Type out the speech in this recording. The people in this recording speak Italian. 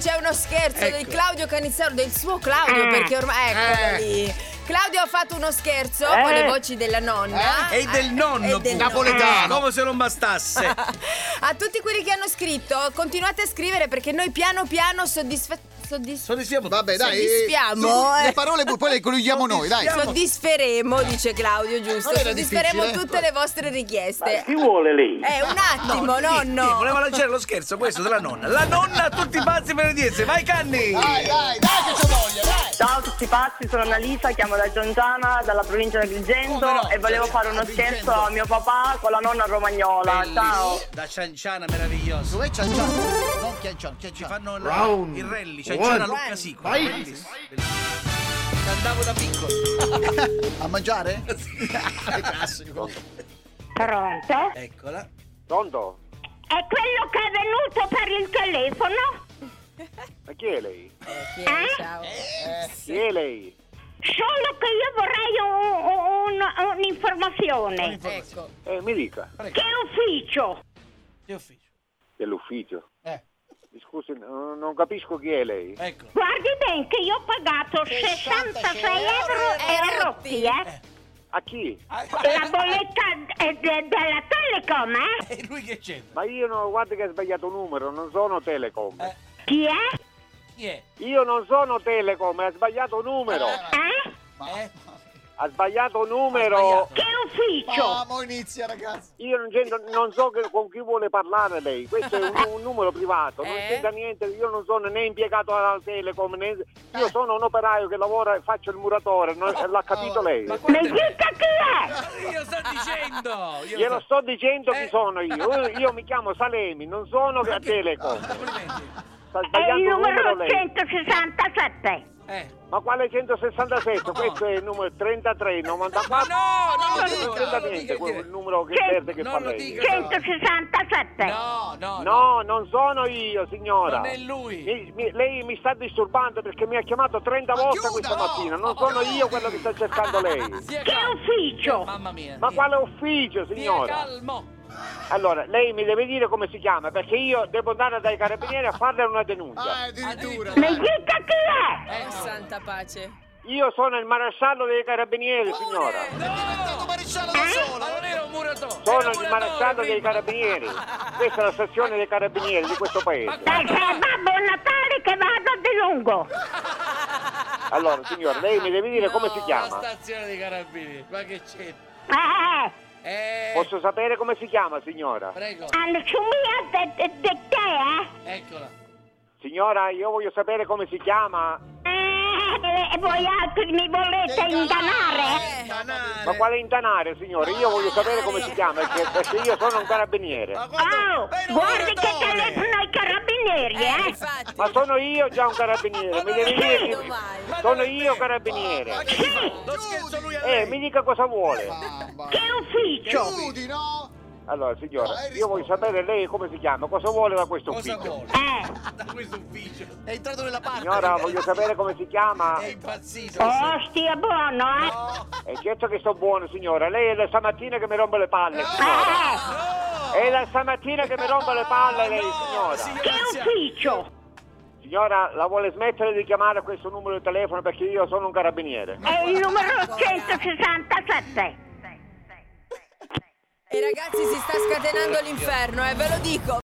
C'è uno scherzo Ecco. del Claudio Canizzaro, del suo Claudio, Mm. perché ormai ecco Eh. lì. Claudio ha fatto uno scherzo Eh. con le voci della nonna E del nonno e Ah, eh, del napoletano. Come se non bastasse. nonno. A tutti quelli che hanno scritto, continuate a scrivere perché noi piano piano soddisfa- soddisf- Soddisfiamo Vabbè, tutti. dai. Soddisfiamo, eh, eh. Le parole bu- poi le coniughiamo noi, dai. Soddisfiamo. soddisferemo, dice Claudio, giusto? Non era Soddisferemo eh. difficile? tutte le vostre richieste. Chi vuole lei? Eh, un attimo, Sì, nonno. voleva lanciare lo scherzo questo della nonna. La nonna a tutti i pazzi per le 10. Vai Canni! Dai, dai, dai che c'ho voglia, dai. Ciao a tutti pazzi, sono Annalisa, chiamo da Giongiana, dalla provincia di Agrigento Come no? e volevo fare uno Agrigento. scherzo a mio papà con la nonna romagnola. Bellissimo. Ciao. Da Cianciana meraviglioso. Dov'è Cianciano? Non Cianciano, Ci Cianciano. fanno il- Round il rally, Cianciana one. Lucca Sico. Bellissimo. bellissimo. Ci andavo da piccolo. A mangiare? Classico. Pronto? Eccola. Pronto? È quello che è venuto per il telefono? Ma chi è lei? Chi è? Ciao. Chi è lei? Solo che io vorrei un- un- un'informazione. Ecco. Eh, mi dica. Che ufficio? Che ufficio. Dell'ufficio. Eh. Mi Scusi, n- non capisco chi è lei. Ecco. Guardi ben che io ho pagato 66 euro Eh. Eh, e rotti, eh? A chi? La bolletta è de- della Telecom, eh? E lui che c'entra? Ma io no, guarda che ho sbagliato numero, non sono Telecom. Eh. Chi è? Chi è? Io non sono Telecom, ha sbagliato numero. Eh? Eh? Ha sbagliato Ha numero. sbagliato. Che ufficio? Vamo, inizia ragazzi. Io non, c'entro- non so che- con chi vuole parlare lei, questo è un, un numero privato, non Eh? c'entra niente, io non sono né impiegato alla Telecom, né... io Eh. sono un operaio che lavora e faccio il muratore, non- l'ha Oh, capito lei? Mi dica chi Io sto dicendo! Io Glielo sto dicendo Eh. chi sono io. Io- Io mi chiamo Salemi, non sono a Ah, Telecom. Eh, Complimenti. Sta è? È il sbagliando il numero numero lei. 167. Eh. Ma quale 167? Questo è il numero 33, 94. No, Non non lo dica, c'entra non lo niente dica. quel numero che Cento- verde che non fa lo lei. dica. 167. No, no, no. No, non sono io, signora. Non è lui. Mi- mi- lei mi sta disturbando perché mi ha chiamato 30 Ma volte chiuda, questa no! Ah, mattina. Non sono io quello che sta cercando lei. Zia Che Cal- ufficio? Mamma mia. Ma zia- quale ufficio, Zia signora? Calmo. Allora, lei mi deve dire come si chiama perché io devo andare dai carabinieri a farle una denuncia. Ah, addirittura. Mi dica chi è? Oh, santa pace. Io sono il maresciallo dei carabinieri, signora. Eh? È diventato maresciallo da Ma non solo. era un muratore. Sono era un il muratore maresciallo dei prima. carabinieri. Questa è la stazione dei carabinieri di questo paese. Dai, che è Babbo Natale che vado di lungo. Allora, signora, lei mi deve dire come si No, La chiama. stazione dei carabinieri. Ma che c'è? Eh, Eh. Posso sapere come si chiama, signora? Prego. Anzumia de, de, de te, eh? Eccola. Signora, io voglio sapere come si chiama. Eh, e voi altri mi volete ingannare? Eh. Ma quale intanare, signore? Io voglio sapere come si chiama, perché, perché io sono un carabiniere. Oh, guardi che telefono ai carabinieri, Eh, eh? infatti. Ma sono io già un carabiniere, mi deve dire Meno chi- male. Sono io carabiniere. Lo scherzo lui a Eh, lei. mi dica cosa vuole. Mamma. Che ufficio? Chiudi, no? Allora, No, signora, lei io voglio sapere lei come si chiama, cosa vuole da questo Cosa ufficio. vuole? Eh, Da questo ufficio. È entrato nella parte. Signora, voglio sapere come si chiama. È impazzito. oh, stia buono, eh? E certo che sto buono, signora. Lei è da stamattina che mi rompe le palle, signora. Eh, È da stamattina che mi rompe le palle lei, signora. che ufficio? Signora, la vuole smettere di chiamare a questo numero di telefono perché io sono un carabiniere. È il numero 167. E ragazzi si sta scatenando l'inferno, eh, ve lo dico.